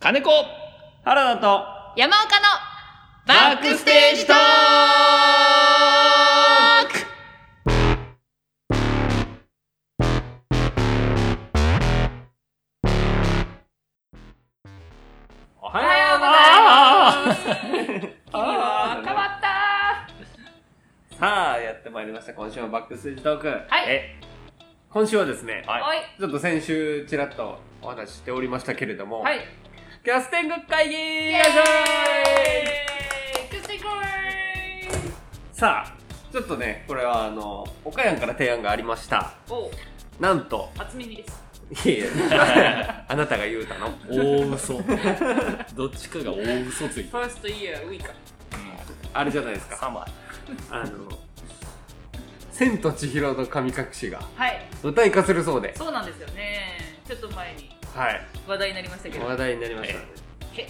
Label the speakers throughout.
Speaker 1: 金子
Speaker 2: 原田と
Speaker 3: 山岡の
Speaker 1: バックステージトーク
Speaker 2: おは
Speaker 3: よう
Speaker 2: い
Speaker 3: ござ
Speaker 2: ます
Speaker 3: 君は変わった
Speaker 2: さあやってまいりました今週のバックステージトークはいえ今週はですね、
Speaker 1: はい
Speaker 3: はい
Speaker 2: ちょっと先週ちらっとお話ししておりましたけれども、
Speaker 3: はい
Speaker 2: キャスティング会議
Speaker 3: イ
Speaker 2: よいしょ
Speaker 3: ーイクステイコー
Speaker 2: さあちょっとねこれはあの岡山から提案がありました
Speaker 3: お
Speaker 2: なんと
Speaker 3: 初耳です
Speaker 2: いえいえあなたが言うたの
Speaker 1: 大嘘 どっちかが大嘘ついて
Speaker 3: ファーストイヤーウイカ
Speaker 2: あれじゃないですか
Speaker 1: サマー
Speaker 2: あの千と千尋の神隠しが
Speaker 3: はい
Speaker 2: 舞台化するそうで
Speaker 3: そうなんですよねちょっと前に
Speaker 2: はい
Speaker 3: 話題になりましたけど
Speaker 2: 話題になりましたね
Speaker 3: へ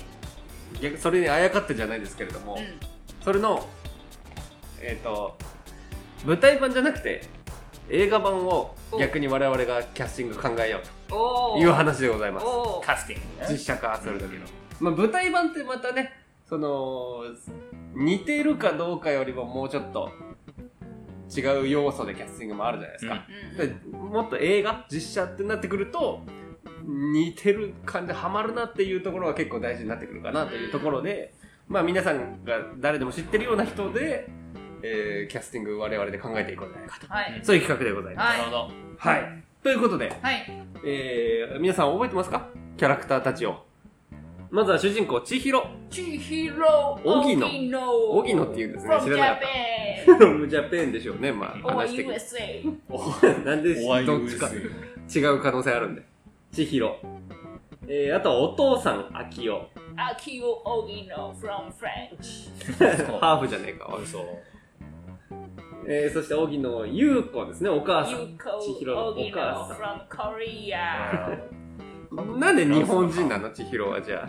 Speaker 2: 逆それにあやかってじゃないですけれども、
Speaker 3: うん
Speaker 2: それのえっ、と舞台版じゃなくて映画版を逆に我々がキャスティング考えよう
Speaker 3: お
Speaker 2: と
Speaker 3: お
Speaker 2: いう話でございます
Speaker 3: おー
Speaker 1: カスティング
Speaker 2: 実
Speaker 1: ね
Speaker 2: 写化する時の、まあ、舞台版ってまたねその似てるかどうかよりももうちょっと違う要素でキャスティングもあるじゃないですか、
Speaker 3: うん
Speaker 2: でもっと映画実写ってなってくると似てる感じハマるなっていうところが結構大事になってくるかなというところで、まあ皆さんが誰でも知ってるような人で、えーキャスティング我々で考えていこうじゃないかと
Speaker 3: はい
Speaker 2: そういう企画でございま
Speaker 1: な
Speaker 3: は
Speaker 1: る
Speaker 3: い
Speaker 1: ほど
Speaker 2: す。はい、ということで、
Speaker 3: はい
Speaker 2: えー皆さん覚えてますかキャラクターたちを。まずは主人公千尋。
Speaker 3: 千尋
Speaker 2: 荻野
Speaker 3: 荻野
Speaker 2: 荻野っていうんですね
Speaker 3: From
Speaker 2: 知らなかった
Speaker 3: Japan
Speaker 2: ジャペンでしょうね、まあ
Speaker 3: or
Speaker 2: 話的に
Speaker 3: USA
Speaker 2: なんでどっちか違う可能性あるんで。千尋。えー、あとはお父さん、秋代。
Speaker 3: 秋尾荻野 from French
Speaker 2: ハーフじゃねえか。
Speaker 1: 嘘
Speaker 2: えー、そして荻野優子ですね、お母さん。千尋の
Speaker 3: ユ
Speaker 2: お
Speaker 3: 荻野
Speaker 2: 母
Speaker 3: from Korea
Speaker 2: さん。なんで日本人なの千尋はじゃあ。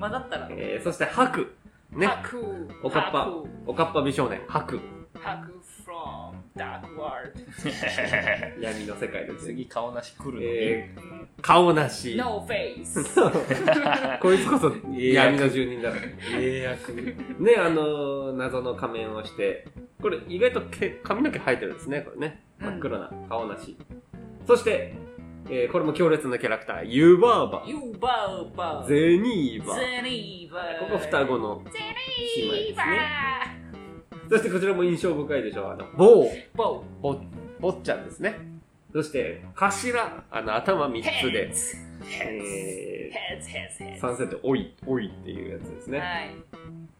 Speaker 3: 混ざったら
Speaker 2: えー、そして白。ね。
Speaker 3: 白
Speaker 2: おかっぱ
Speaker 3: 白。
Speaker 2: おかっぱ美少年、白。
Speaker 3: 白 from dark world
Speaker 2: 闇の世界ですね。
Speaker 1: 次顔なし来るのに、
Speaker 2: えー、顔なし。
Speaker 3: no face
Speaker 2: こいつこそ闇の住人だろ。
Speaker 1: 英訳
Speaker 2: ね、あのー謎の仮面をして、これ意外と毛髪の毛生えてるんですね、これね。
Speaker 3: うん
Speaker 2: 真っ黒な顔なし。そして、えーこれも強烈なキャラクター、ユバーバ。
Speaker 3: ユーバーバー
Speaker 2: ゼニーバ。
Speaker 3: ゼニーバー
Speaker 2: ここ双子の。
Speaker 3: ゼニーバー
Speaker 2: そしてこちらも印象深いでしょう。あの、ボー、
Speaker 3: ボ
Speaker 2: ぼ、ぼっちゃんですね。そして、頭、あの、頭3
Speaker 3: ーヘ
Speaker 2: つで
Speaker 3: ッ、ズヘ
Speaker 2: え
Speaker 3: ッズヘッズヘ
Speaker 2: ー、
Speaker 3: ッズ
Speaker 2: サンセット、おい、おいっていうやつですね。
Speaker 3: はい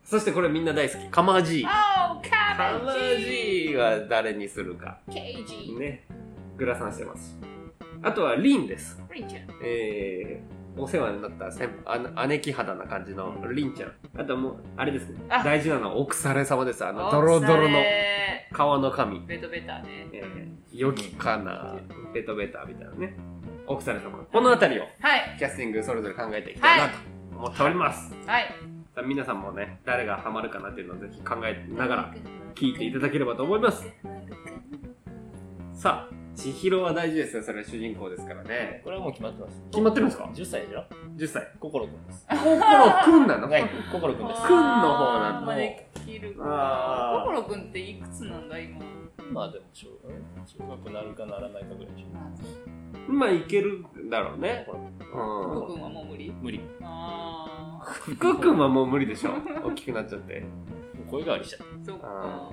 Speaker 2: そしてこれみんな大好き、カマージー。
Speaker 3: Oh,
Speaker 2: カマ
Speaker 3: cabbage!
Speaker 2: ージーは誰にするか。
Speaker 3: KG!
Speaker 2: ね、グラサンしてます。あとはリンです。
Speaker 3: リンちゃん。
Speaker 2: えー、お世話になった先あ姉貴肌な感じのリンちゃん。あともう、あれですね。
Speaker 3: あ
Speaker 2: 大事なのは奥され様です。あの、 ドロドロの
Speaker 3: ベ
Speaker 2: 顔の髪。
Speaker 3: トベタね。
Speaker 2: えー、良きかな、ベトベタみたいなね。奥され様。このあたりを
Speaker 3: はい、
Speaker 2: キャスティングそれぞれ考えていきたいなと思っております。
Speaker 3: はい。
Speaker 2: さあ皆さんもね、誰がハマるかなっていうのをぜひ考えながら聞いていただければと思います。さあ、千尋は大事ですね。それは主人公ですからね。
Speaker 1: これはもう決まってます
Speaker 2: 決まってるんですか
Speaker 1: 10歳でしょ
Speaker 2: 10歳。
Speaker 1: 心くんです
Speaker 2: 心くんなの
Speaker 1: はい心くんです
Speaker 2: くんの方な
Speaker 3: あー
Speaker 2: んだ
Speaker 3: まあできるか
Speaker 2: あー
Speaker 3: な。ココロくんっていくつなんだ今。
Speaker 1: まあでも小うん小学なるかならないかぐらいでしょ
Speaker 2: まあ、いけるだろうね。
Speaker 1: 心君
Speaker 3: ココロ
Speaker 2: う
Speaker 3: くんはもう無理。
Speaker 1: 無理
Speaker 3: ああ、
Speaker 2: ん。福君はもう無理でしょ。大きくなっちゃって。
Speaker 1: 声変わりしちゃっ
Speaker 3: そっか
Speaker 2: あ。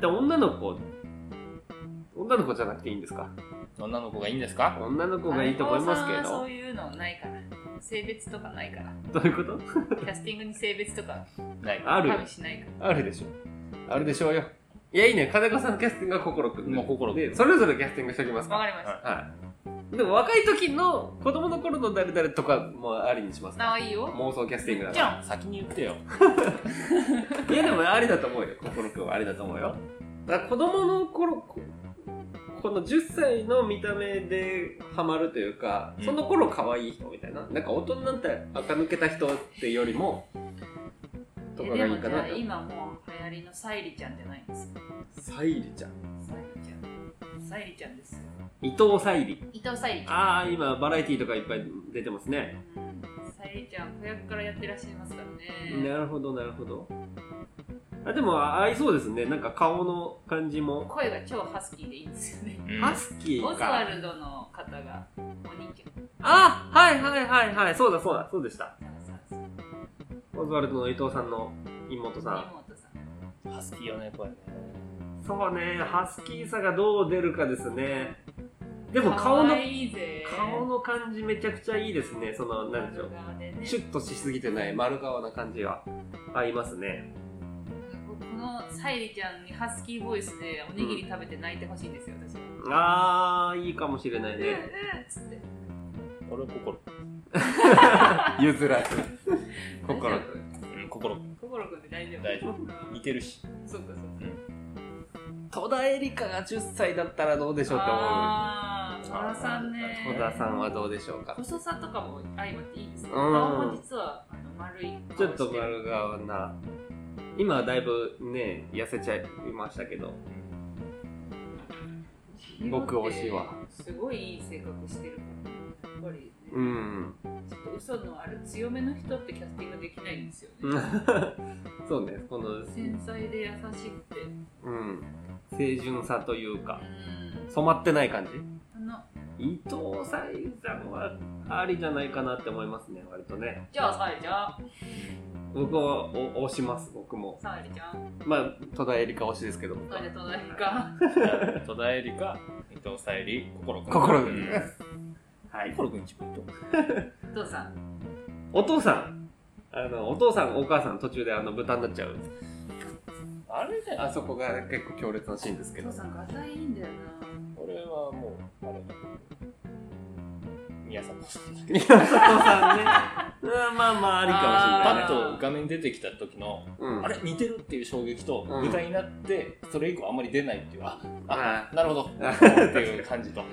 Speaker 2: で、女の子。女の子じゃなくていいんですか
Speaker 1: た女の子がいいんですか
Speaker 2: 女の子がいいと思いますけ
Speaker 3: あの
Speaker 2: ど
Speaker 3: そう。いうのないから。性別とかないから。
Speaker 2: どういうこと
Speaker 3: キャスティングに性別とか
Speaker 1: ない
Speaker 2: あるよ
Speaker 3: 加味しないから。
Speaker 2: あるでしょ。あるでしょうよ。いや、いいね。金子さんのキャスティングは心くんで。
Speaker 1: もう心君
Speaker 2: で、それぞれキャスティングしておきます
Speaker 3: わ
Speaker 2: か。
Speaker 3: かりまし
Speaker 2: はい。でも、若い時の子供の頃の誰々とかもありにします
Speaker 3: た。なあ、いいよ。
Speaker 2: 妄想キャスティングだ
Speaker 3: じ
Speaker 2: か
Speaker 3: ゃん。
Speaker 1: 先に言ってよ
Speaker 2: ら。いや、でもありだと思うよ。心くんはありだと思うよ。だから子供の頃ここの10歳の見た目でハマるというか
Speaker 1: うん
Speaker 2: その頃可愛い人みたいな、なんか大人になって垢抜けた人っていうよりもとか
Speaker 3: え
Speaker 2: が
Speaker 3: で
Speaker 2: いい
Speaker 3: も
Speaker 2: か
Speaker 3: じ
Speaker 2: な
Speaker 3: ゃあ
Speaker 2: と
Speaker 3: 今もう流行りのサイリちゃんじゃないんですか。
Speaker 2: サイリちゃん
Speaker 3: サイリちゃん。さゆりちゃんです。
Speaker 2: 伊藤沙莉
Speaker 3: 伊藤さゆりちゃん。
Speaker 2: ああ今バラエティーとかいっぱい出てますね
Speaker 3: うんさゆりちゃん、子役からやってらっしゃいますからね。
Speaker 2: なるほどなるほどあでもあ合いそうですねなんか顔の感じも
Speaker 3: 声が超ハスキーでいいんですよね。
Speaker 1: うん
Speaker 2: ハスキ
Speaker 3: オ
Speaker 2: ー
Speaker 3: ズワ
Speaker 2: か
Speaker 3: ルドの方がお兄ちゃん。
Speaker 2: あはいはいはいはいそうだそうだそうでした
Speaker 3: さんさん
Speaker 2: オズワルドの伊藤さんの妹さん
Speaker 3: 妹さん。
Speaker 1: ハスキーよね、これね。
Speaker 2: そうね、ハスキーさがどう出るかですね。でも顔の
Speaker 3: 可、愛いぜ
Speaker 2: 顔の感じめちゃくちゃいいですね。その、なんでしょう。
Speaker 3: 顔でね
Speaker 2: シュッとしすぎてない丸顔な感じは合いますね。
Speaker 3: このさゆりちゃんにハスキーボイスでおにぎり食べて泣いてほしいんですよ、私は。
Speaker 2: あー、いいかもしれないね。
Speaker 3: うんうんつって。
Speaker 1: 俺は心。
Speaker 2: 譲らず。心
Speaker 3: 大丈
Speaker 1: うん、心。
Speaker 3: 夫心くんで大丈夫。
Speaker 1: 大丈
Speaker 3: 夫
Speaker 1: 似てるし。
Speaker 3: そうかそうか。
Speaker 2: 戸田恵梨香が10歳だったらどうでしょうって思う。
Speaker 3: あー、戸田さんね。
Speaker 2: 戸田さんはどうでしょうか。
Speaker 3: 細さとかも相まっていいですね。
Speaker 2: うん
Speaker 3: 顔も実はあの丸い顔して
Speaker 2: ちょ
Speaker 3: る。
Speaker 2: っと丸顔な。今はだいぶね、痩せちゃいましたけど。僕推しは。
Speaker 3: すごいいい性格してるから。やっぱりね、
Speaker 2: うん。
Speaker 3: ちょっと嘘のある強めの人ってキャスティングできないんですよ
Speaker 2: う
Speaker 3: ね。
Speaker 2: んそうね、この、
Speaker 3: 繊細で優しくて。うん。
Speaker 2: うん、清純さというか、染まってない感じ。
Speaker 3: あの、
Speaker 2: 伊藤沙莉さんはありじゃないかなって思いますね、割とね。
Speaker 3: じゃあ、さえちゃん。
Speaker 2: 僕はお推します、僕も。
Speaker 3: さえちゃん。
Speaker 2: まあ、戸田恵梨香推しですけど。
Speaker 3: それで隣か。
Speaker 1: 戸田恵梨香、伊藤沙莉、心くん。
Speaker 2: 心
Speaker 1: う
Speaker 2: 君
Speaker 1: ん
Speaker 2: です。はい。
Speaker 1: 心くん一番いいと思う。
Speaker 3: お父さん。
Speaker 2: お父さん。あの、お父さん、お母さん途中であの、豚になっちゃう。
Speaker 1: あれじゃ
Speaker 2: あ
Speaker 1: あ、
Speaker 2: そこが結構強烈なシーンですけ
Speaker 3: お
Speaker 2: ど
Speaker 3: 父。さん、がたいいんだよな。
Speaker 1: 俺はもう、あれだ。宮迫さんだ
Speaker 2: 宮里さんね。うん、まあまあ、ありかも
Speaker 1: パ
Speaker 2: しれない
Speaker 1: ッ
Speaker 2: ね。
Speaker 1: と画面出てきた時の、
Speaker 2: うん
Speaker 1: あれ似てるっていう衝撃と、
Speaker 2: うん
Speaker 1: 舞台になって、それ以降あんまり出ないっていう、あ、
Speaker 2: あ
Speaker 1: あ、なるほど、
Speaker 2: あ
Speaker 1: っていう感じと。
Speaker 3: うん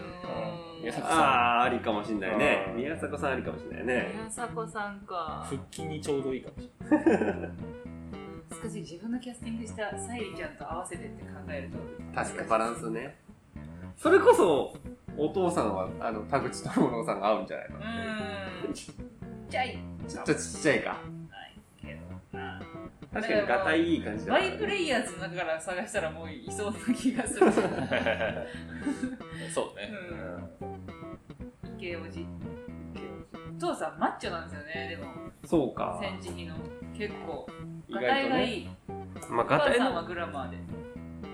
Speaker 1: 宮迫さ
Speaker 2: ああ、ありかもしんないね
Speaker 1: う。ん
Speaker 2: 宮迫さんありかもしんないね。
Speaker 3: 宮迫さん
Speaker 1: ん、
Speaker 3: か。
Speaker 1: 腹筋にちょうどいいかもしれない。
Speaker 3: 少し自分のキャスティングしたさゆりちゃんと合わせてって考えると。
Speaker 2: 確かバランスね。それこそ、お父さんは、あの、田口智朗さんが合うんじゃないうの
Speaker 3: ーん。ちっちゃい。
Speaker 2: ちょっとちっちゃいか。
Speaker 3: ないけどな。
Speaker 2: 確かに、ガタイいい感じだ
Speaker 3: バ
Speaker 2: ったね
Speaker 3: イプレイヤーズの中から探したらもういそうな気 がする。
Speaker 1: そうね。
Speaker 3: イケオジ。父さんマッチョなんですよね。でも
Speaker 2: そうか。
Speaker 3: 戦時期の結構。
Speaker 2: 意
Speaker 3: ガタ
Speaker 2: 外
Speaker 3: イ
Speaker 2: と
Speaker 3: が
Speaker 2: ね。
Speaker 3: いい。
Speaker 2: まあ、ガ
Speaker 3: お
Speaker 2: タ
Speaker 3: 母
Speaker 2: イ
Speaker 3: さん
Speaker 2: の、
Speaker 3: はグラマーで。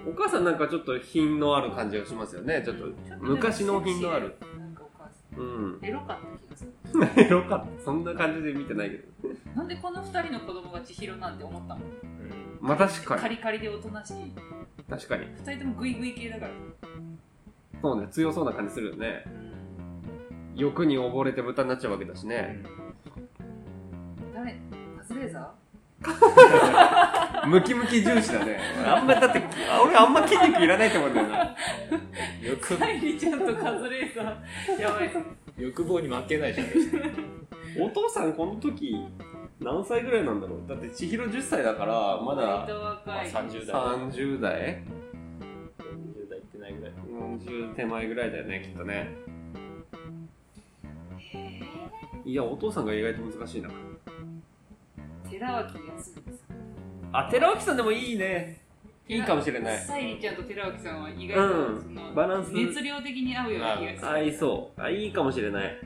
Speaker 2: お母さんなんかちょっと品のある感じがしますよね。ちょっと、昔の品のある。。
Speaker 3: なんかお母さ
Speaker 2: うん。
Speaker 3: ん。エロかった気がする。
Speaker 2: エロかった。そんな感じで見てないけど。
Speaker 3: なんでこの二人の子供が千尋なんて思ったもん。
Speaker 1: うん
Speaker 2: まあ、確か
Speaker 3: カ
Speaker 2: に。
Speaker 3: リカリでおとなしい。
Speaker 2: 確かに。
Speaker 3: 二人ともグイグイ系だから。
Speaker 2: そうね、強そうな感じするよね。欲に溺れて豚になっちゃうわけだしね。
Speaker 3: 誰カズレーザ
Speaker 2: ムキムキ重視だね。 あんま、だって、あ俺あんま筋肉いらないと思うんだよな。
Speaker 3: ーサイリちゃんとカズレーザ ー。やばい。
Speaker 1: 欲望に負けないじゃん。
Speaker 2: お父さんこの時、何歳ぐらいなんだろうだって千尋10歳だから、まだ
Speaker 3: 割と若い。
Speaker 1: まあ30代
Speaker 2: 30代
Speaker 1: 40代いってないぐらい。
Speaker 2: ?40 手前ぐらいだよね、きっとね。
Speaker 3: へ
Speaker 2: いや、お父さんが意外と難しいな。
Speaker 3: ー寺脇康文さ。
Speaker 2: あ、寺脇さんでもいいね。いいかもしれなんい。
Speaker 3: サイリちゃんと寺脇さんは意外
Speaker 2: う
Speaker 3: と
Speaker 2: ん
Speaker 3: その、
Speaker 2: バランス
Speaker 3: 熱量的に合うような気がする。
Speaker 2: 合いそう。あ、いいかもしれない。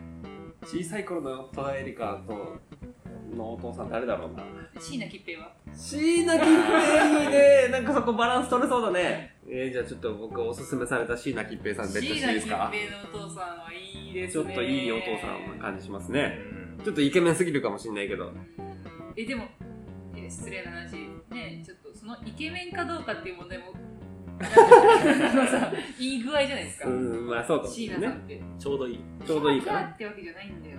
Speaker 2: 小さい頃の戸田恵梨香と、のお父さん誰だろうな。
Speaker 3: 椎名桔平は
Speaker 2: 椎名桔平いいね なんかそこバランス取れそうだねえー、じゃあちょっと僕おすすめされた椎名桔平さんでちょっと
Speaker 3: 椎
Speaker 2: い
Speaker 3: 名
Speaker 2: いで
Speaker 3: 桔
Speaker 2: す
Speaker 3: 平の
Speaker 2: か
Speaker 3: お父さんはいいです
Speaker 2: ちょ
Speaker 3: ね。
Speaker 2: っといいお父さんな感じしますね
Speaker 1: うん
Speaker 2: ちょっとイケメンすぎるかもしんないけど
Speaker 3: え、でも、いや失礼な話、ね、ちょっとそのイケメンかどうかっていう問 題も、あのさいい具合じゃないですか
Speaker 2: う。んまあそうかも
Speaker 3: 椎
Speaker 2: し
Speaker 3: 名
Speaker 2: れない
Speaker 3: さん
Speaker 2: ね
Speaker 3: って。
Speaker 1: ちょうどいい。
Speaker 2: ちょうどいいか
Speaker 3: キャー
Speaker 2: な
Speaker 3: ってわけじゃないんだよ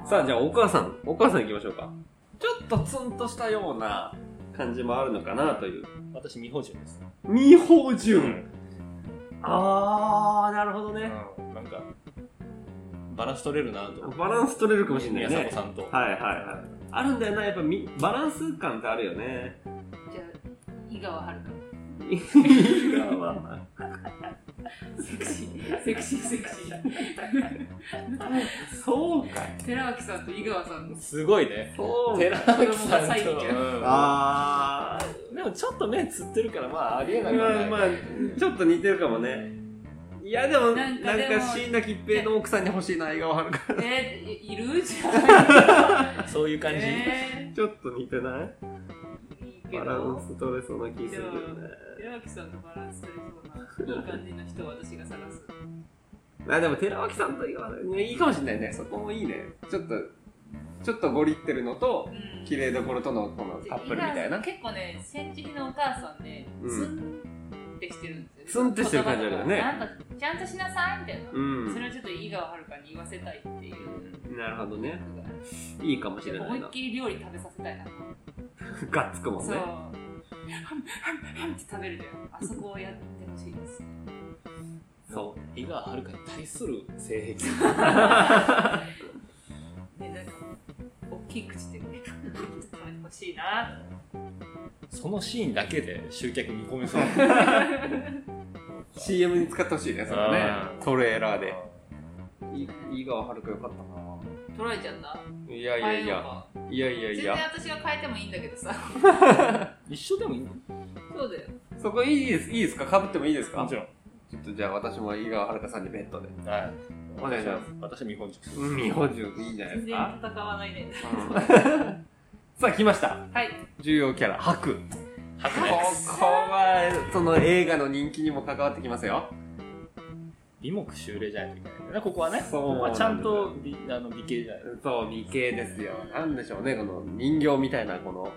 Speaker 3: な。
Speaker 2: さあじゃあお母さんお母さん行きましょうかちょっとツンとしたような感じもあるのかなという
Speaker 1: 私、未芳醇です。
Speaker 2: 未芳醇
Speaker 1: ん。
Speaker 2: あーなるほどね
Speaker 1: なんか、バランス取れるなと。
Speaker 2: バランス取れるかもしんない
Speaker 1: 宮
Speaker 2: ね
Speaker 1: 迫さんと。
Speaker 2: はいはいはいあるんだよなやっぱみバランス感ってあるよね
Speaker 3: じゃあ、井川遥。
Speaker 2: 井川
Speaker 3: セクシーセクシーセクシー
Speaker 2: そうか
Speaker 3: 寺脇さんと井川さんの
Speaker 1: すごいね。
Speaker 2: そう
Speaker 1: 寺脇さん
Speaker 3: 子供が詐欺
Speaker 1: と
Speaker 3: じゃん
Speaker 1: うん
Speaker 2: あ
Speaker 1: でもちょっとね、釣ってるから、まあ、ありえ
Speaker 2: あ
Speaker 1: ない
Speaker 2: まあまあちょっと似てるかもねいやでもな
Speaker 3: なんん
Speaker 2: か
Speaker 3: かでも
Speaker 2: 椎名桔平の奥さんに欲しいな笑顔はるか
Speaker 3: えいいるじゃん
Speaker 1: そういう感じ。
Speaker 3: ね
Speaker 2: らちょっと似てない
Speaker 3: いいけ
Speaker 2: バラン
Speaker 3: ど
Speaker 2: ス取れそうな気するよね
Speaker 3: 寺脇さんとバランス取れそうないい感じの人を私が探す
Speaker 2: あでも寺脇さんと井川さんねいいかもしれないねそこもいいねちょっとちょっとゴリってるのと
Speaker 3: うん
Speaker 2: 綺麗どころとのこのカップルみたいな
Speaker 3: 結構ね戦時のお母さんね
Speaker 2: うん
Speaker 3: ツンってしてるんです
Speaker 2: ツ
Speaker 3: よ
Speaker 2: ンってしてる感じあるよね
Speaker 3: なんかちゃんとしなさいみたいな、
Speaker 2: うん
Speaker 3: それをちょっと井川遥に言わせたいっていう
Speaker 2: なるほどね
Speaker 3: 僕が
Speaker 2: いいかもしれな
Speaker 3: 思
Speaker 2: い
Speaker 3: い
Speaker 2: な
Speaker 3: っきり料理食べさせたいな、
Speaker 2: ガッツくもん
Speaker 3: そう
Speaker 2: ね
Speaker 3: ハムハムハムって食べるじゃんあそこをやってほしいです
Speaker 2: そう
Speaker 1: う。井川遥に対する性癖。
Speaker 3: ねなんか大きい口で ねハムハムって食べてほしいな
Speaker 1: そのシーンだけで集客見込めそう。
Speaker 2: CM に使ってほしいねそれね
Speaker 1: あー
Speaker 2: トレーラーでい井川遥よかった
Speaker 3: 取られちゃった
Speaker 2: ないやい
Speaker 3: ああ
Speaker 2: や
Speaker 3: う
Speaker 2: い
Speaker 3: の
Speaker 2: や
Speaker 3: か
Speaker 2: いやいや
Speaker 3: 全
Speaker 2: い
Speaker 3: 然
Speaker 2: や
Speaker 3: 私が変えてもいいんだけどさ
Speaker 1: 一緒でもいいの
Speaker 3: そうだよ
Speaker 2: そこいいですいいですかかぶってもいいですか
Speaker 1: もち
Speaker 2: ちょ
Speaker 1: ろん。
Speaker 2: っとじゃあ私も井川遥さんにベッドで
Speaker 1: はい。
Speaker 2: お願いします
Speaker 1: 私は見本塾。
Speaker 2: 海補充いいんじゃないで
Speaker 3: 全
Speaker 2: す
Speaker 3: 然
Speaker 2: か
Speaker 3: 戦わないで
Speaker 2: うん さあ来ました
Speaker 3: はい
Speaker 2: 重要キャラ白
Speaker 1: 白
Speaker 2: ここ
Speaker 1: ね。
Speaker 2: はその映画の人気にも関わってきますよ
Speaker 1: 美目修麗じゃないといけないんだよね。ここはね。
Speaker 2: そう
Speaker 1: ここはちゃんと美あの美形じゃない。
Speaker 2: そう美形ですよなんでしょうねこの人形みたいなこの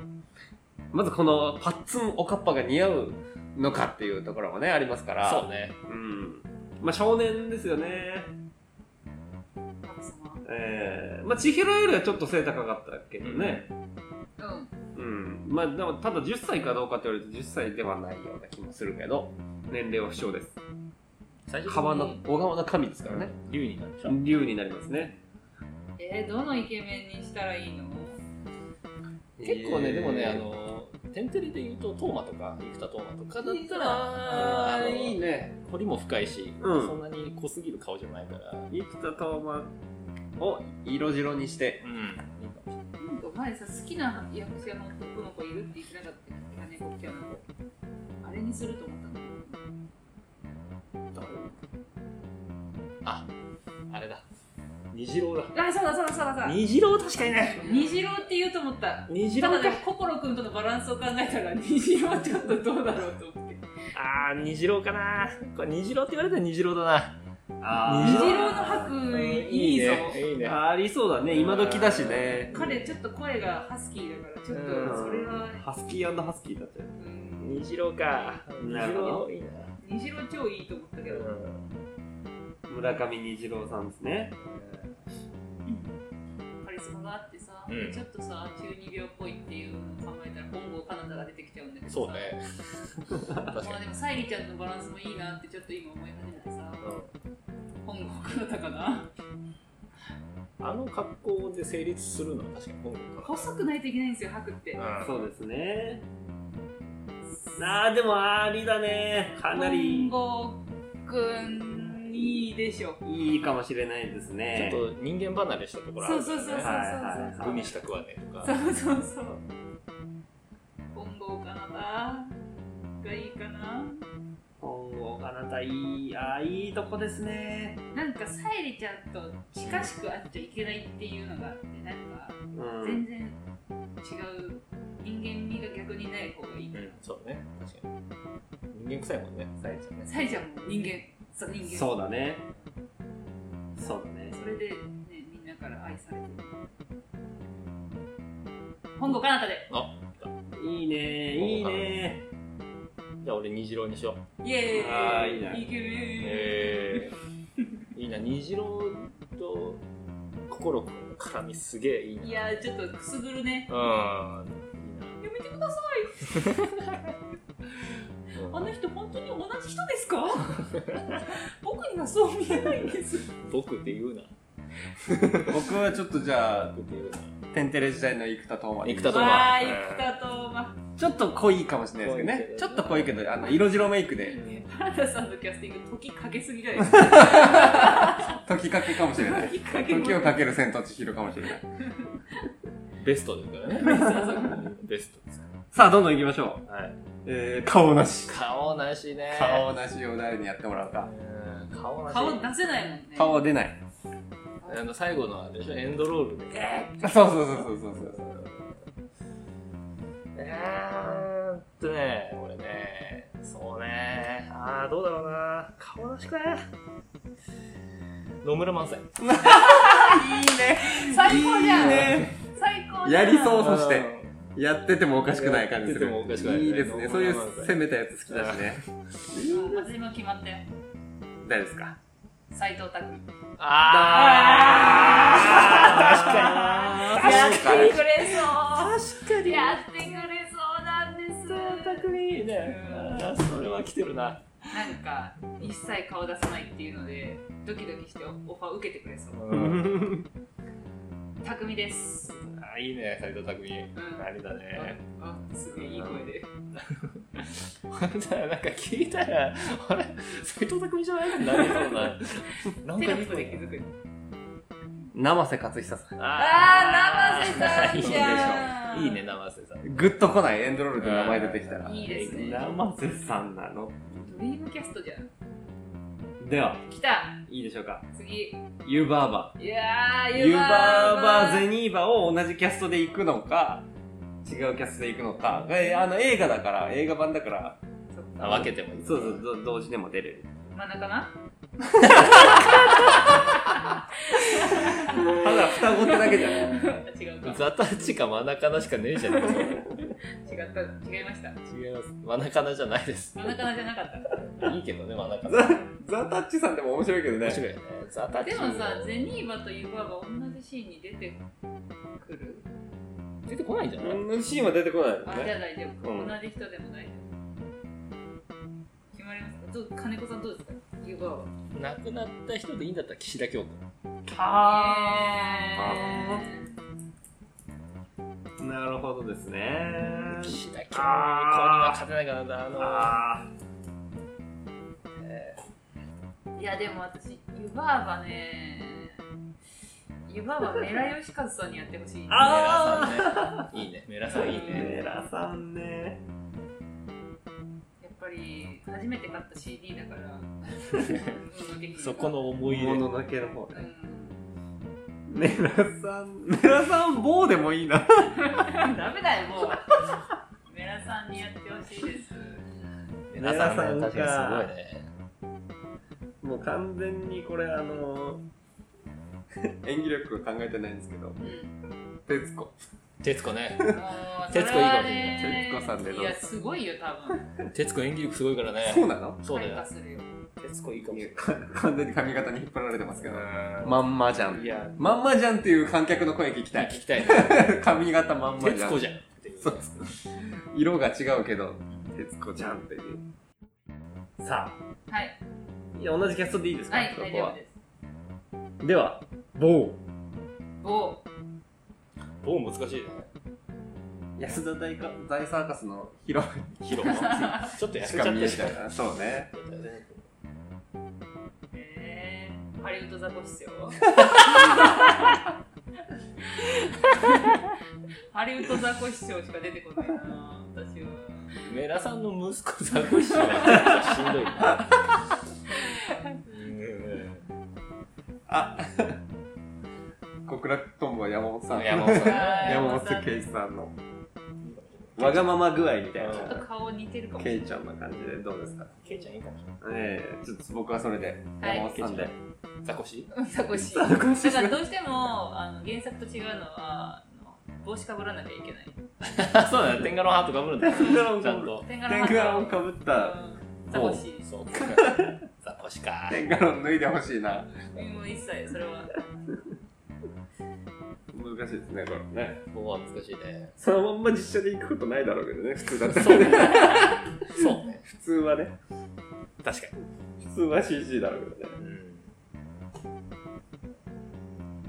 Speaker 2: まずこのパッツンおかっぱが似合うのかっていうところもねありますから
Speaker 1: そうね。
Speaker 2: うんまあ少年ですよね
Speaker 3: 奥様
Speaker 2: えー、まあ千尋よりはちょっと背高かったけどねう
Speaker 3: うん
Speaker 2: ん、まあでもただ10歳かどうかって言われると10歳ではないような気もするけど年齢は不詳です
Speaker 1: 最初
Speaker 2: 川の小川の神ですからね
Speaker 1: 龍になるでしょ。
Speaker 2: 竜になりますね
Speaker 3: えー、どのイケメンにしたらいいの
Speaker 1: 結構
Speaker 2: え
Speaker 1: ね、
Speaker 2: ー
Speaker 1: でもね、あの、テンテレで言うと、トーマとか、生田トーマとかだったら、
Speaker 2: あ
Speaker 1: あの
Speaker 2: ーいいね
Speaker 1: 彫りも深いし、
Speaker 2: うん
Speaker 1: そんなに濃すぎる顔じゃないから、うん、いい
Speaker 2: 生田斗真を色白にして
Speaker 1: かもしれない。
Speaker 3: なんか前さ、好きな役者の男の子いるって言ってなかったっけ金子キャラの子。あれにすると思ったんだけど。
Speaker 1: あ、あれだ。虹郎だ。
Speaker 3: あ、そうだそうだそうだそうだ。
Speaker 1: 虹郎確かにね。
Speaker 3: 虹郎って言うと思った。
Speaker 1: 虹
Speaker 3: た
Speaker 1: 郎
Speaker 3: だで
Speaker 1: か
Speaker 3: も。心くんとのバランスを考えたら虹郎ちょっとどうだろうと思って。
Speaker 1: あー、虹郎かな。これ虹郎って言われたら虹郎だな。
Speaker 2: あ
Speaker 3: 虹
Speaker 2: ー
Speaker 3: 郎の白いいぞ。
Speaker 1: ね。いいね。
Speaker 2: ありそうだね今時だしね
Speaker 3: 彼ちょっと声がハスキーだから、ちょっ
Speaker 2: うん
Speaker 3: とそれは、
Speaker 2: ハスキーハスキーだったよ
Speaker 3: うん、
Speaker 1: 虹郎か。
Speaker 2: なるほど
Speaker 1: 虹郎いいな。
Speaker 3: 虹郎超いいと思ったけど。
Speaker 2: 村上虹郎さんですね
Speaker 3: カリスマがあってさ、
Speaker 1: うん
Speaker 3: ちょっとさ中二病っぽいっていうのを考えたら本郷かなたが出てきちゃうんだけどさ
Speaker 1: そうね。確かに
Speaker 3: まあでも沙莉ちゃんのバランスもいいなってちょっと今思い始めてさ本郷かなたかな
Speaker 1: あの格好で成立するのは確かに今後か。
Speaker 3: 細くないといけないんですよ白って
Speaker 2: そうですねあーでもありだねかなり
Speaker 3: 本郷くんいいでしょ
Speaker 2: いいかもしれないですね
Speaker 1: ちょっと人間離れしたところあ
Speaker 3: そ
Speaker 1: る
Speaker 3: う
Speaker 1: か
Speaker 3: そうそうそうそう
Speaker 1: らね。
Speaker 2: はい
Speaker 3: そう
Speaker 1: グミしたくはねとか。
Speaker 3: そうそうそう本郷かなたがいいかな
Speaker 2: 本郷かなたいいあーいいとこですね
Speaker 3: なんか沙莉ちゃんと近しくあっちゃいけないっていうのがあってなんか
Speaker 2: うん
Speaker 3: 全然違う人間味が逆にない方がいいか
Speaker 1: う
Speaker 3: ら
Speaker 1: ん、そうね。確かに。人間臭いもんね、サイちゃんね。
Speaker 3: サイちゃんも人間そう人間
Speaker 2: そうだねそうだね
Speaker 3: それで、ね、みんなから愛されてる本郷かなたで
Speaker 2: いいねいいね
Speaker 1: じゃあ俺、虹郎にしよう。
Speaker 3: イエ
Speaker 2: あー
Speaker 3: ーイ
Speaker 2: いいね
Speaker 3: イケメン、
Speaker 1: えー、いいな、虹郎と心くんの絡みすげえいい
Speaker 3: いやーちょっとくすぐるね
Speaker 1: な。うん。
Speaker 3: やめてくださ
Speaker 1: いい
Speaker 3: い
Speaker 1: な
Speaker 3: あの人本当に同じ人で すか僕にはそう見えないんです
Speaker 1: 僕って言うな。
Speaker 2: 僕はちょっとじゃあ
Speaker 1: 僕って言うな。
Speaker 2: テンテレ時代の生田斗真
Speaker 1: 生田斗真
Speaker 3: わー生田斗真
Speaker 2: ちょっと濃いかもしれないですけ
Speaker 1: 濃
Speaker 2: ど
Speaker 1: い
Speaker 2: ね
Speaker 1: けどね
Speaker 2: ちょっと濃いけどあの色白メイクで
Speaker 3: 原田さんのキャスティング時かけすぎじゃないですか
Speaker 2: 時きかけかもしれない
Speaker 3: 時かけ
Speaker 2: 時をかける千と千尋かもしれない
Speaker 1: ベストですからねベストですか
Speaker 2: さあどんどん行きましょう、
Speaker 1: らはい
Speaker 2: えー、顔なし
Speaker 1: 顔なしね
Speaker 2: 顔なしを誰にやってもらうか
Speaker 1: うん顔なし
Speaker 3: 顔出せないもんね
Speaker 2: 顔出ない
Speaker 1: あの最後のあれでしょエンドロールで
Speaker 3: え
Speaker 2: そうそうそうそうそうそう
Speaker 1: えーっとね、俺ね、そうね、ああ、どうだろうな、顔なしかな。野村萬斎。
Speaker 2: いいね
Speaker 3: ー最高じゃん
Speaker 2: いいね
Speaker 3: 最高じゃ
Speaker 2: や
Speaker 3: ん
Speaker 2: りそうそしてやっててもおかしくない感じす
Speaker 1: や
Speaker 2: る
Speaker 1: っててもおかしくないね
Speaker 2: いいですねそういう攻めたやつ好きだしね
Speaker 3: 味も決まったよ
Speaker 2: 誰ですか
Speaker 3: 斎藤拓
Speaker 1: あーあー、確
Speaker 2: や
Speaker 1: か
Speaker 2: っ
Speaker 1: に。
Speaker 2: てくれ
Speaker 3: くれそ
Speaker 1: 確か
Speaker 3: うやってくれそうなんです
Speaker 1: にねあーそれは来てるな。
Speaker 3: なんか一切顔出さないっていうのでドキドキしてオファー受けてくれそう匠です
Speaker 1: あーいいね、斉藤匠。
Speaker 3: ん
Speaker 1: あれだね。
Speaker 3: あすごいいい声で
Speaker 1: あれだよなんか聞いたら、あれ、斉藤匠じゃないってなりそう な。なん
Speaker 3: テ
Speaker 1: か
Speaker 3: ロ
Speaker 1: いい
Speaker 3: ップ
Speaker 1: 声
Speaker 3: で気づく
Speaker 2: 生瀬勝久さ
Speaker 3: あー生瀬さんじゃん
Speaker 1: いいね、生瀬さん。
Speaker 2: んグッとこないエンドロールで名前出てきたら
Speaker 3: いいですね
Speaker 2: 生瀬さんなの
Speaker 3: ドリームキャストじゃん
Speaker 2: では
Speaker 3: 来た
Speaker 2: いいでしょうか
Speaker 3: 次い
Speaker 2: ユーバーバ
Speaker 3: やー
Speaker 2: ユーバーバー
Speaker 3: 全
Speaker 2: ゼニーバを同じキャストで行くのか違うキャストで行くのかえーあの映画だから映画版だから
Speaker 1: あ分けてもいい。
Speaker 2: そうそうど同時でも出る
Speaker 3: 真ん中な
Speaker 2: ただ双子ってだけじゃない
Speaker 3: 違うか
Speaker 1: ザタッチかマナカナしかねえじゃねえかそれ
Speaker 3: 違った違いました
Speaker 1: 違います。マナカナじゃないです。
Speaker 3: 真ん中じゃなか った
Speaker 1: いいけどね、マナカナ。
Speaker 2: ザ・ザタッチさんでも面白いけどね
Speaker 1: 面白いよね。ザタッチ。
Speaker 3: でもさ、ゼニーバとユバが同じシーンに出てくる
Speaker 1: 出てこないんじゃない
Speaker 2: 同じシーンは出てこない
Speaker 3: あ、
Speaker 2: よ
Speaker 3: じゃ
Speaker 2: ね
Speaker 3: あ大丈夫。
Speaker 2: うん
Speaker 3: 同じ人でも大丈夫。決まりますかどう金子さんどうですかユバは。
Speaker 1: 亡くなった人でいいんだったら岸田京子。
Speaker 3: あ
Speaker 2: なるほどですね
Speaker 1: 岸田京子には勝てないかな、あ
Speaker 2: あ
Speaker 3: いや、でも私、ユバーはね、ユバーはメラヨシカズさんにやってほしい。
Speaker 2: あ
Speaker 1: の、メラさんね。いいね、メラさんいい
Speaker 2: ー
Speaker 1: ね。
Speaker 2: メラさんね
Speaker 3: やっぱり、初めて買った CD だから、
Speaker 1: そこの思い入
Speaker 2: も
Speaker 1: れ。
Speaker 2: ののけの方
Speaker 3: う
Speaker 2: ね
Speaker 3: ん。
Speaker 2: メラさんメラさん棒でもいいな
Speaker 3: ダメだよ、もう。メラさんにやってほしいです。
Speaker 1: メラさんね、
Speaker 2: メラさん
Speaker 1: 確
Speaker 2: か
Speaker 1: かにすごいね。
Speaker 2: もう完全にこれあのー演技力は考えてないんですけど
Speaker 3: うん
Speaker 2: 徹子
Speaker 1: 徹子ね。
Speaker 3: 徹
Speaker 1: 徹子いいかもしれない
Speaker 2: 徹子さんでどうぞ
Speaker 3: いやすごいよ多分
Speaker 1: 徹子演技力すごいから
Speaker 2: そ
Speaker 1: ね。
Speaker 2: うなの
Speaker 1: そうだ
Speaker 3: 開花
Speaker 1: よ。
Speaker 3: するよ
Speaker 1: 徹子いいかもしれない。
Speaker 2: 完全に髪型に引っ張られてますけど
Speaker 1: う
Speaker 2: まんまじゃ
Speaker 1: ん
Speaker 2: ん
Speaker 1: いや、
Speaker 2: まんまじゃんっていう観客の声聞きた
Speaker 1: 聞
Speaker 2: い
Speaker 1: きたいね。
Speaker 2: 髪型まんまじ
Speaker 1: 徹
Speaker 2: ゃん
Speaker 1: 子じゃんっていうね。
Speaker 2: そう色が違うけど徹子ちゃんっていうさあ
Speaker 3: はい
Speaker 2: いや同じキャストでいいですか、
Speaker 3: はい
Speaker 2: こ
Speaker 3: 大
Speaker 2: こ
Speaker 3: 丈
Speaker 2: は
Speaker 3: 夫です
Speaker 2: では某
Speaker 3: お
Speaker 1: おう難しいね。
Speaker 2: 安田大か大サーカスのヒロ
Speaker 1: ヒロ も。ちょっと痩せちゃったし。
Speaker 2: いそうね
Speaker 3: えー、ハリウッドザコシっすよ ハリウッドザコシショウしか出てこないな私は
Speaker 1: メラさんの息子ザコシショウはちょっとしんどいな。
Speaker 2: あ極楽とんぼは山本さん
Speaker 1: 山本さん
Speaker 2: 山本圭一さんのわがまま具合みたい
Speaker 3: ちょっと
Speaker 2: な
Speaker 3: 顔似てるかもし
Speaker 2: 圭
Speaker 3: れ
Speaker 2: ちゃんな感じでどうですか
Speaker 1: ケイちゃんいいかもしれ
Speaker 2: ええちょっと僕はそれで
Speaker 3: はい
Speaker 2: 山本さんで、
Speaker 1: ケイない。ザコシ
Speaker 3: ないザコシ
Speaker 2: ザ コシ
Speaker 3: だからどうしてもあの原作と違うのはあの帽子かぶらなきゃいけない
Speaker 1: あそうだね。テンガロンハートかぶるんだよ。
Speaker 2: テンガロン
Speaker 1: ちゃんと。
Speaker 3: 天
Speaker 2: 天下をかぶった
Speaker 3: うんザコシ
Speaker 1: そうか。ザコシか。
Speaker 2: 天下を脱いでほしいな
Speaker 3: もう一切それは
Speaker 2: 難しいですねこれね
Speaker 1: ここは難しいね。
Speaker 2: そのまんま実写で行くことないだろうけどね普通 だった
Speaker 1: そう
Speaker 2: らね
Speaker 1: ね。そうね。
Speaker 2: 普通はね
Speaker 1: 確かに。
Speaker 2: 普通は CG だろうけどね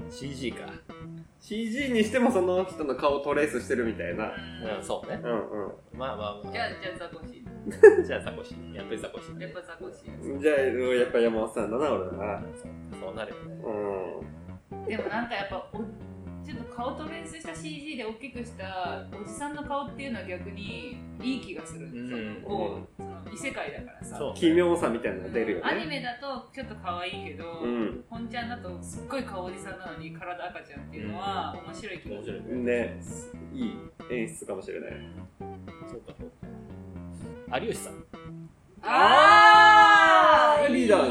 Speaker 1: うん CG か。
Speaker 2: CG にしてもその人の顔をトレースしてるみたいな。
Speaker 1: うん、そうね。
Speaker 2: うんうん。
Speaker 1: まあまあま
Speaker 3: じゃあ、じゃあ、ザコシ。
Speaker 1: あ。じゃあ、ザコシ。やっぱりザコシ。
Speaker 3: やっぱザコシ。
Speaker 2: じゃあ、やっぱ山本さんだな、俺は
Speaker 1: そうそうなるよね。
Speaker 2: な。うん。
Speaker 3: でもなんかやっぱおちょっと顔トレースした CG で大きくしたおじさんの顔っていうのは逆にいい気がするんですよ、
Speaker 1: うん
Speaker 3: こうその異世界だからさ
Speaker 1: そう
Speaker 2: 奇妙さみたいなのが出るよ
Speaker 3: アニ
Speaker 2: ね。
Speaker 3: メだとちょっと可愛いけど、
Speaker 2: うん。
Speaker 3: 本ちゃんだとすっごい顔おじさんなのに体赤ちゃんっていうのは面白い気が
Speaker 1: 面
Speaker 3: する、
Speaker 1: 白い。
Speaker 2: ね、いい演出かもしれない。
Speaker 1: そうか、そうか。有吉さん。
Speaker 3: あ
Speaker 2: あー
Speaker 3: いい
Speaker 2: リー
Speaker 3: な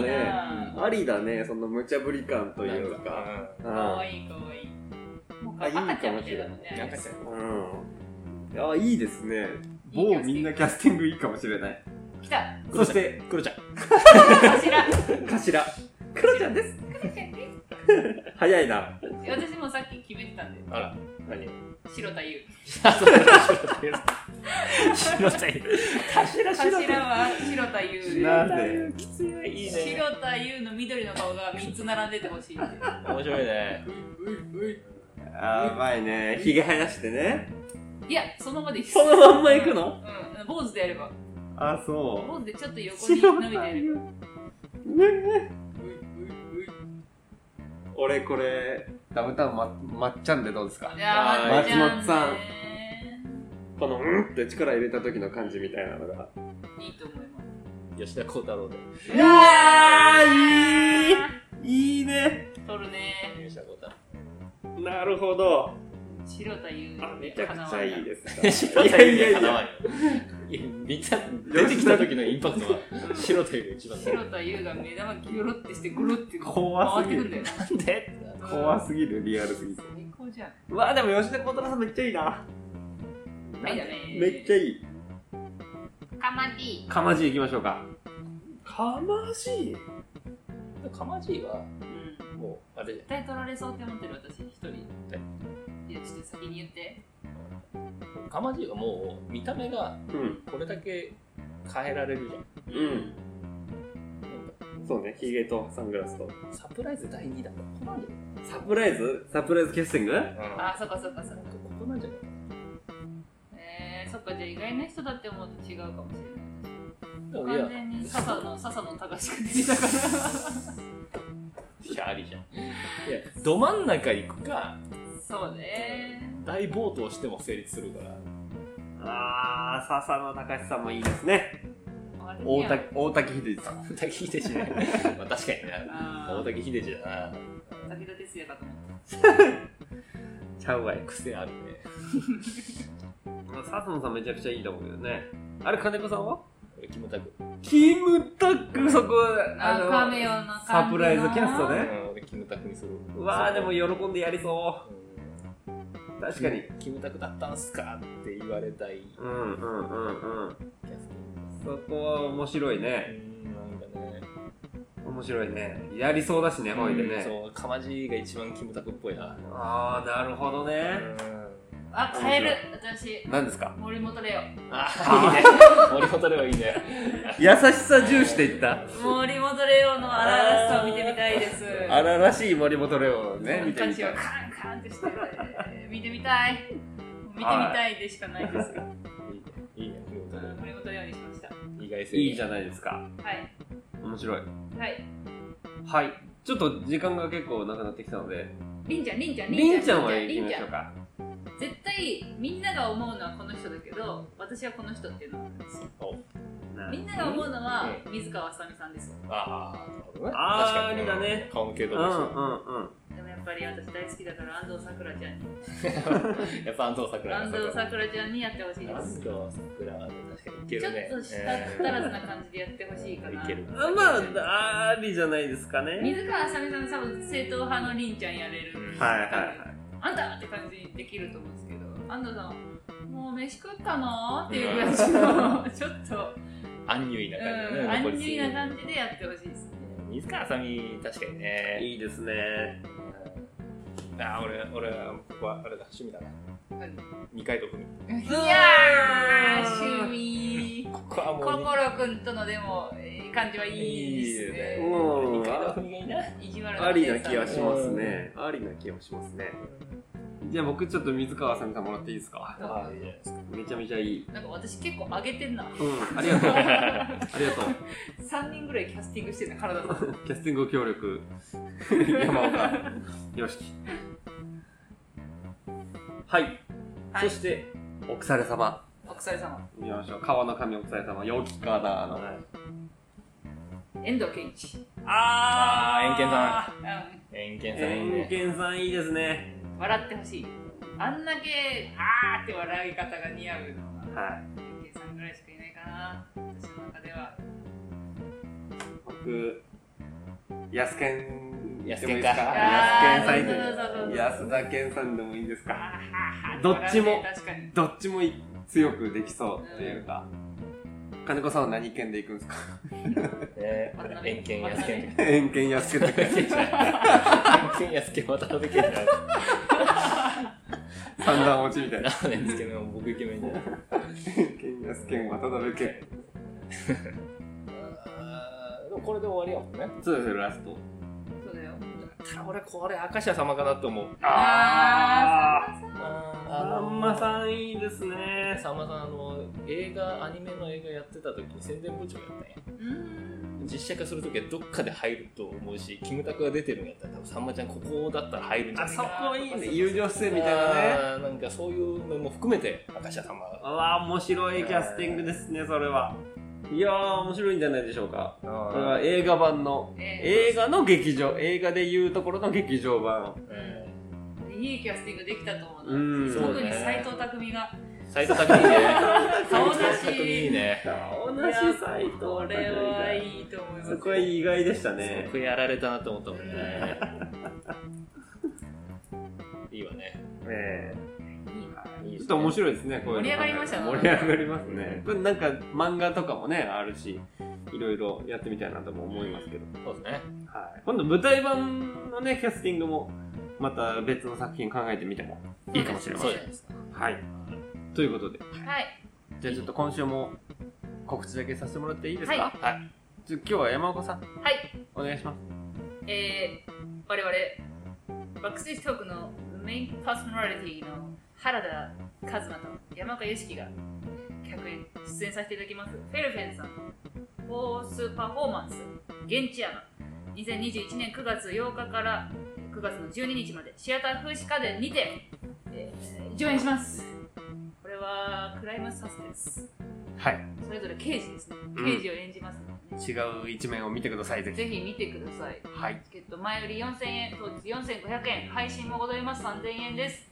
Speaker 2: ありだね、その無茶ぶり感という
Speaker 1: なん
Speaker 2: か。
Speaker 1: か。
Speaker 3: 可
Speaker 2: う
Speaker 3: 愛い可愛いもう
Speaker 2: あいいかもしれない
Speaker 3: 赤ちゃんみたいだもん
Speaker 1: なんか
Speaker 3: ね
Speaker 1: さ、
Speaker 2: ん。うん。あ、いいですね。某みんなキャスティングいいかもしれない。
Speaker 3: 来た
Speaker 2: そして、
Speaker 1: クロちゃん。
Speaker 3: 柱
Speaker 2: 頭。クロちゃんです。早いな。
Speaker 3: 私もさっき決めてたんで
Speaker 1: あら。
Speaker 2: 何
Speaker 3: 白田優
Speaker 1: あ、そうだ。白田優。
Speaker 2: 頭
Speaker 3: 柱は白田優
Speaker 2: な
Speaker 1: 白田
Speaker 2: ん
Speaker 1: 優きついね。いいね。
Speaker 3: 白田優の緑の顔が3つ並んでてほしい
Speaker 1: 面白いね。
Speaker 2: あー、うまいね。ひげ生やしてね。
Speaker 3: いやそのままでいい
Speaker 2: そのまんま行くの
Speaker 3: うん坊主でやれば
Speaker 2: あ、そ
Speaker 3: 坊主でちょっと
Speaker 2: う。
Speaker 3: 横に伸びてやれば
Speaker 2: 俺これダウンタウンままっちゃんでどうですか
Speaker 3: いやーまっちゃんね
Speaker 2: 松本さんこの「うん」って力入れた時の感じみたいなのが
Speaker 3: いいと思います
Speaker 1: 吉田鋼太郎で。
Speaker 2: うわーいいいいね
Speaker 3: 取るね
Speaker 1: 吉田鋼太郎。
Speaker 2: なるほど
Speaker 3: 白田優
Speaker 2: あめちゃくちゃいい
Speaker 3: で
Speaker 2: です
Speaker 1: 白
Speaker 2: かい
Speaker 1: 田
Speaker 2: や
Speaker 1: 優
Speaker 2: いや
Speaker 1: に
Speaker 2: い
Speaker 1: かなわ
Speaker 2: や
Speaker 1: んよ。いや、見た、出てきた時のインパクトは、白田優が一番だよ。
Speaker 3: 白田優が目玉ギョロってしてゴロって
Speaker 2: 怖
Speaker 3: 回っ
Speaker 2: す
Speaker 3: て
Speaker 2: ぎ
Speaker 3: く
Speaker 2: る
Speaker 3: んだよね
Speaker 1: なんで
Speaker 2: 怖すぎるリアルすぎて
Speaker 3: 最高じゃん
Speaker 2: うわーでも吉田鋼太郎さんめっちゃいいな
Speaker 3: はいだね
Speaker 2: めっちゃいい
Speaker 3: カマティ
Speaker 2: かまじいきましょうかかまじい
Speaker 1: かまじいは、
Speaker 3: うん
Speaker 1: もう、あれじ
Speaker 3: 絶対取られそうって思ってる私一人
Speaker 1: え
Speaker 3: いやちょっと先に言って
Speaker 1: ゃん。かまじいはもう、見た目が
Speaker 2: うん
Speaker 1: これだけ変えられるじゃん。
Speaker 2: うん
Speaker 1: なんか
Speaker 2: そうねヒゲとサングラスと
Speaker 1: サプライズ第2弾がここなんじ
Speaker 2: サプライズサプライズキャスティング
Speaker 1: ゃない
Speaker 3: あーそっかそっかそっ
Speaker 1: なん
Speaker 3: か
Speaker 1: かここなんじゃない
Speaker 3: えー、そっかじゃあ意外な人だって思うと違うかもし
Speaker 1: で
Speaker 3: れ
Speaker 1: も
Speaker 3: ないい
Speaker 1: や
Speaker 3: 完、全に笹の笹野高しく出てたから
Speaker 1: いやありじゃん。いや、ど真ん中行くか、
Speaker 3: そうね
Speaker 1: 大暴投しても成立するから。
Speaker 2: ああ、笹野隆史さんもいいですね。
Speaker 3: あれ
Speaker 2: 大滝大滝秀治さん。
Speaker 1: 大滝秀治ね。 まあ確かにね。
Speaker 3: あ
Speaker 1: 大
Speaker 3: ー
Speaker 1: 滝秀治だな。
Speaker 3: 武田鉄矢かと思っ
Speaker 2: ちゃうわい。
Speaker 1: 癖あるね。
Speaker 2: 笹野さんめちゃくちゃいいと思うけどね。あれ、金子さんは
Speaker 1: 俺、キムタク。
Speaker 2: キムタク、そこ、
Speaker 3: た中目用の感じの
Speaker 2: サプライズキャスト
Speaker 1: う
Speaker 2: ね
Speaker 1: ん、俺、キムタクにする。
Speaker 2: うわあ、でも喜んでやりそ
Speaker 1: うん
Speaker 2: う。確かに。
Speaker 1: キムタクだったんすかって言われたいキ
Speaker 2: う
Speaker 1: ャ
Speaker 2: んうんうんうん。
Speaker 1: ステ
Speaker 2: そこは面白い
Speaker 1: ィ
Speaker 2: ね。
Speaker 1: ング。うん、なんかね。
Speaker 2: 面白いね。やりそうだしね、ほいで
Speaker 1: うん
Speaker 2: ね。
Speaker 1: そう、かまじが一番キムタクっぽいな。
Speaker 2: ああ、なるほどね。
Speaker 1: うん
Speaker 3: あ変える私
Speaker 2: 何ですか
Speaker 3: 森本レオ
Speaker 1: あ、いいね。森本レオいいね。
Speaker 2: 優しさ重視で言った。
Speaker 3: 森本レオの荒々しさを見てみたいです
Speaker 2: 荒々しい森本レオをね、見て
Speaker 3: 感
Speaker 2: み
Speaker 3: じ
Speaker 2: た
Speaker 3: を
Speaker 2: い。
Speaker 3: カンカンってしてる、見てみたい見てみたいでしかないですが、
Speaker 1: いいね、森本レ
Speaker 3: 森本レオにしましたは
Speaker 1: オ。意外性。
Speaker 2: いいじゃないですか。
Speaker 3: い
Speaker 2: 面白い。
Speaker 3: はい
Speaker 2: はい。ちょっと時間が結構なくなってきたので、
Speaker 3: りんちゃんりんちゃん
Speaker 2: りんちゃんは
Speaker 3: り
Speaker 2: 行き
Speaker 3: ん
Speaker 2: ま
Speaker 3: ち
Speaker 2: し
Speaker 3: ゃ
Speaker 2: ょうんか。
Speaker 3: 絶対みんなが思うのはこの人だけど私はこの人っていうのがあるんですよみんなが思うのは水川あさみさんですよ
Speaker 1: ああ、なるほどね。
Speaker 2: あー
Speaker 1: 確かに
Speaker 2: ありだね
Speaker 1: 顔の系
Speaker 2: う
Speaker 1: 統
Speaker 2: んう
Speaker 1: で
Speaker 2: んうん。
Speaker 3: でもやっぱり私大好きだから安藤さくらちゃんに
Speaker 1: すよ。やっぱ安藤桜
Speaker 3: 安藤さくらちゃんにやってほしいで
Speaker 1: 安
Speaker 3: す
Speaker 1: 藤桜はね確かにいけ
Speaker 3: ちょ
Speaker 1: る
Speaker 3: っ
Speaker 1: ね。
Speaker 3: としたたらずな感じでやってほしいか
Speaker 1: えー
Speaker 3: ない
Speaker 1: ける。
Speaker 2: あまあ、ありじゃないですかね。
Speaker 3: 水川あさみさん多分正統派のりんちゃんやれる
Speaker 2: はいはいはい。
Speaker 3: あんたって感じにできると思うんですけど、安藤さんは、もう飯食ったのっていうぐらいの、ちょっと、
Speaker 1: アンニュイな感じだ
Speaker 3: うん、
Speaker 1: ね。
Speaker 3: アン
Speaker 1: 残り
Speaker 3: ニュイ
Speaker 1: す
Speaker 3: な
Speaker 1: ぎ
Speaker 3: 感じでやってほしいですね。
Speaker 1: 水川あさみ、確かにね。
Speaker 2: いいですね。
Speaker 1: うんああ、俺、俺、ここはあれだ、趣味だな。二階堂ふみ。
Speaker 3: いやー、趣味。
Speaker 1: ここはもう
Speaker 3: 心くんとのでも、えー感じはいいです
Speaker 1: いい
Speaker 3: ね。
Speaker 2: うん
Speaker 1: 二階堂ふみがいいな。
Speaker 3: 意地悪
Speaker 2: ありな気
Speaker 3: が
Speaker 2: はしますね。ありな気はしますね。じゃあ僕ちょっと水川あさみさんもらっていいですか
Speaker 3: あ
Speaker 1: ああ、いいじゃないですか。
Speaker 2: めちゃめちゃいい
Speaker 3: なんか私結構上げてんな
Speaker 2: うんありがとうありがとう
Speaker 3: 3人ぐらいキャスティングしてんな体の
Speaker 2: キャスティング協力山岡よしはい、
Speaker 3: は
Speaker 2: そ
Speaker 3: い
Speaker 2: してお腐れ様
Speaker 3: お腐れ様
Speaker 2: 見ましょう川の神お腐れ様よきかなの
Speaker 1: はい
Speaker 3: 遠藤健一
Speaker 1: あー、エンケンさ
Speaker 3: あうん
Speaker 1: ん。エンケンさんいい
Speaker 2: 偏
Speaker 1: ね。
Speaker 2: 見さんいいですね
Speaker 3: 笑ってほしいあんだけあーって笑い方が似合うのは
Speaker 2: はい
Speaker 3: 遠藤さんぐらいしかいないかな私の中では
Speaker 2: 僕安健
Speaker 1: 安
Speaker 2: でも
Speaker 1: 健
Speaker 2: いい
Speaker 1: か
Speaker 2: ですか
Speaker 1: あ
Speaker 2: 安
Speaker 1: ー
Speaker 2: 健さんいい
Speaker 1: どう
Speaker 3: ぞどうぞどうぞ
Speaker 2: 安田健さんでもいいですか
Speaker 3: あーはーはー
Speaker 2: どっちも
Speaker 3: 笑うね確かに
Speaker 2: どっちも強くできそうっていうか、金子さんは何県で行くんですか
Speaker 1: え
Speaker 3: 渡
Speaker 1: ー、
Speaker 3: 辺
Speaker 1: エンケン、安健。
Speaker 2: 偏見安健だけ
Speaker 1: エンケンじゃない。エンケン、安健、渡辺健じゃない。
Speaker 2: 三段落ちみたいな
Speaker 1: ラーメンつけ麺、僕イケメンじゃない。
Speaker 2: 偏見安健渡辺健
Speaker 1: あーでもこれで終わりやもんね。
Speaker 2: そうですよラスト
Speaker 3: そうだよ
Speaker 1: 俺、これ、明石家様かなと思う。
Speaker 3: あ
Speaker 2: あ
Speaker 1: あ
Speaker 2: さんまさんいいですね
Speaker 1: さんまさんあの映画アニメの映画やってた時に宣伝部長やったんや
Speaker 3: うーん
Speaker 1: 実写化する時はどっかで入ると思うしキムタクが出てるんやったら多分さんまちゃんここだったら入るんじゃ
Speaker 2: あ
Speaker 1: ない
Speaker 2: そ
Speaker 1: かな
Speaker 2: こいいね友情姿勢みたいなね
Speaker 1: あーなんかそういうのも含めて明石家さんまが
Speaker 2: あわ面白いキャスティングですねそれはいやー面白いんじゃないでしょうかこれは映画版の
Speaker 3: え
Speaker 2: 映画の劇場映画でいうところの劇場版
Speaker 1: うん
Speaker 3: ーいいキャスティングできたと思うな
Speaker 2: うん
Speaker 3: 特に斎藤匠が
Speaker 1: 斎藤匠いいね
Speaker 3: 顔出し
Speaker 1: 斎藤匠いいね
Speaker 2: 同
Speaker 3: いや
Speaker 2: じサイト
Speaker 3: これはいいと思います
Speaker 2: そこは意外でしたね
Speaker 1: すごいやられたなと思ったもんねいいわね
Speaker 2: え
Speaker 3: いいない
Speaker 1: いです
Speaker 2: えちょっ
Speaker 1: ね
Speaker 2: と面白いですねこういうの
Speaker 3: 盛り上がりましたね
Speaker 2: 盛り上がりますねこれなんか漫画とかもねあるしいろいろやってみたいなとも思いますけど、
Speaker 1: そうですね
Speaker 2: はい、今度舞台版のねキャスティングもまた別の作品考えてみてもいいかもしれませ
Speaker 1: そう
Speaker 2: ん
Speaker 1: じゃないですか
Speaker 2: はいということで
Speaker 3: はい
Speaker 2: じゃあちょっと今週も告知だけさせてもらっていいですか
Speaker 3: は
Speaker 2: はい、じゃあ今日は山岡さん
Speaker 3: はい
Speaker 2: お願いします
Speaker 3: えー、我々バックステージトークのメインパーソナリティの原田和馬と山岡良樹が客演出演させていただきますフェルフェンさんフォースパフォーマンス現地山2021年9月8日から9月の12日までシアター風刺家電にて、えー上演しますこれはクライムサスペンス
Speaker 2: はい
Speaker 3: それぞれ刑事ですね
Speaker 2: うん
Speaker 3: 刑事を演じますので、
Speaker 2: 違う一面を見てくださいぜひ
Speaker 3: ぜひ見てください
Speaker 2: はい
Speaker 3: チケット前売り4000円、当日4500円、配信もございます3000円です、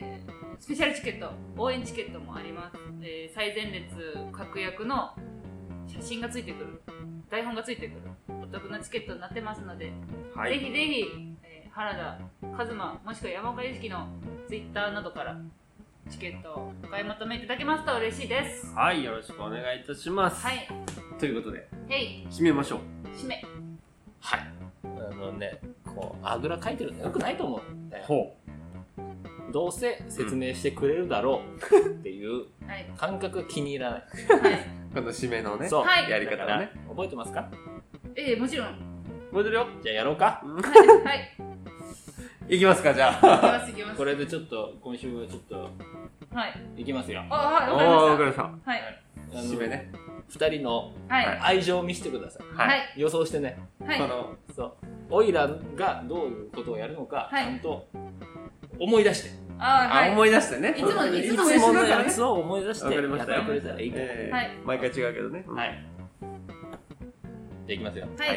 Speaker 3: えースペシャルチケット、応援チケットもあります。えー最前列確約の写真がついてくる、台本がついてくる、お得なチケットになってますので、
Speaker 2: は
Speaker 3: ぜひぜひ、えー原田、和馬、もしくは山岡由樹のツイッターなどからチケットをお買い求めいただけますと嬉しいです。
Speaker 2: はいよろしくお願いいたします、
Speaker 3: はい、
Speaker 2: ということで
Speaker 3: へい、
Speaker 2: 締めましょう
Speaker 3: 締め。
Speaker 1: はいあのねこうあぐらかいてるのよくないと思うんだよ
Speaker 2: ほ
Speaker 1: どうせ説明してくれるだろうっていう
Speaker 3: はい、
Speaker 1: 感覚が気に入らない。
Speaker 3: はい、
Speaker 2: うこの締めのね
Speaker 1: そう、
Speaker 3: はい
Speaker 2: やり方
Speaker 1: だか
Speaker 2: を
Speaker 1: ら
Speaker 2: ね
Speaker 1: 覚えてますか
Speaker 3: えーもちろん。
Speaker 2: 覚えてるよ
Speaker 1: じゃあやろうか。
Speaker 3: はい、
Speaker 2: いきますかじゃあ
Speaker 3: はい、行きます、行きます。
Speaker 1: これでちょっと、今週はちょっと、
Speaker 3: はい。
Speaker 1: いきますよ。
Speaker 3: あ、はい、
Speaker 2: お
Speaker 3: わかりま
Speaker 2: ーわか。りまし
Speaker 3: した
Speaker 2: た
Speaker 3: はい。
Speaker 1: あの
Speaker 2: 締め。ね
Speaker 1: 二人の
Speaker 3: はい。
Speaker 2: はい、
Speaker 1: 愛情を見せてくださ
Speaker 3: はい
Speaker 1: い。予想してね。
Speaker 3: い。はい。
Speaker 2: こ
Speaker 3: は
Speaker 2: の
Speaker 1: そう。オイラがどういうことをやるのか、
Speaker 3: はい
Speaker 1: ちゃんと思い出して。
Speaker 3: あー、は
Speaker 2: あ
Speaker 3: い。
Speaker 2: 思い出してね
Speaker 3: いつもいつも
Speaker 2: いつもの
Speaker 1: の
Speaker 2: や
Speaker 1: や
Speaker 2: つ
Speaker 1: つを思い出して、
Speaker 2: わかりま
Speaker 1: や
Speaker 2: し
Speaker 1: ったて
Speaker 2: よ
Speaker 1: くれたらいいから。じゃ
Speaker 2: えー
Speaker 3: はい
Speaker 2: 毎回違うけどね
Speaker 1: はいあいきますよ。
Speaker 3: はい。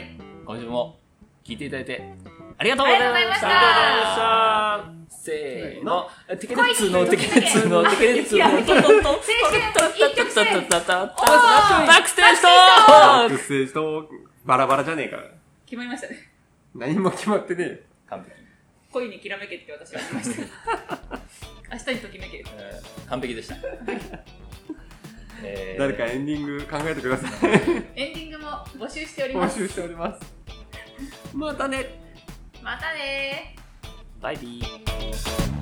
Speaker 1: 今週も聞いていただいて、ありがとうご
Speaker 3: あり
Speaker 1: ざ
Speaker 3: がと
Speaker 1: いう
Speaker 3: ございま
Speaker 1: ま
Speaker 3: し
Speaker 1: したたせーの、テケレッツのテケレッツのテケレッツの
Speaker 3: 来
Speaker 1: ト
Speaker 3: い
Speaker 1: ントントン
Speaker 3: 青春一直線
Speaker 1: タタタタタ
Speaker 3: おー
Speaker 1: バックステージト
Speaker 2: バッ
Speaker 1: ー
Speaker 2: ク
Speaker 1: ク
Speaker 2: ステージとバラバラじゃねえから
Speaker 3: 決まりましたね。
Speaker 2: 何も決まってねえよ
Speaker 1: 完璧。
Speaker 3: 恋にきらめけって私は言いました。明日にときめける。
Speaker 1: えー完璧でした。えー
Speaker 2: 誰かエンディング考えてください
Speaker 3: エンディングも募集しておりま
Speaker 2: 募
Speaker 3: す。
Speaker 2: 集しておりますまたね
Speaker 3: またねー。
Speaker 1: バイビー。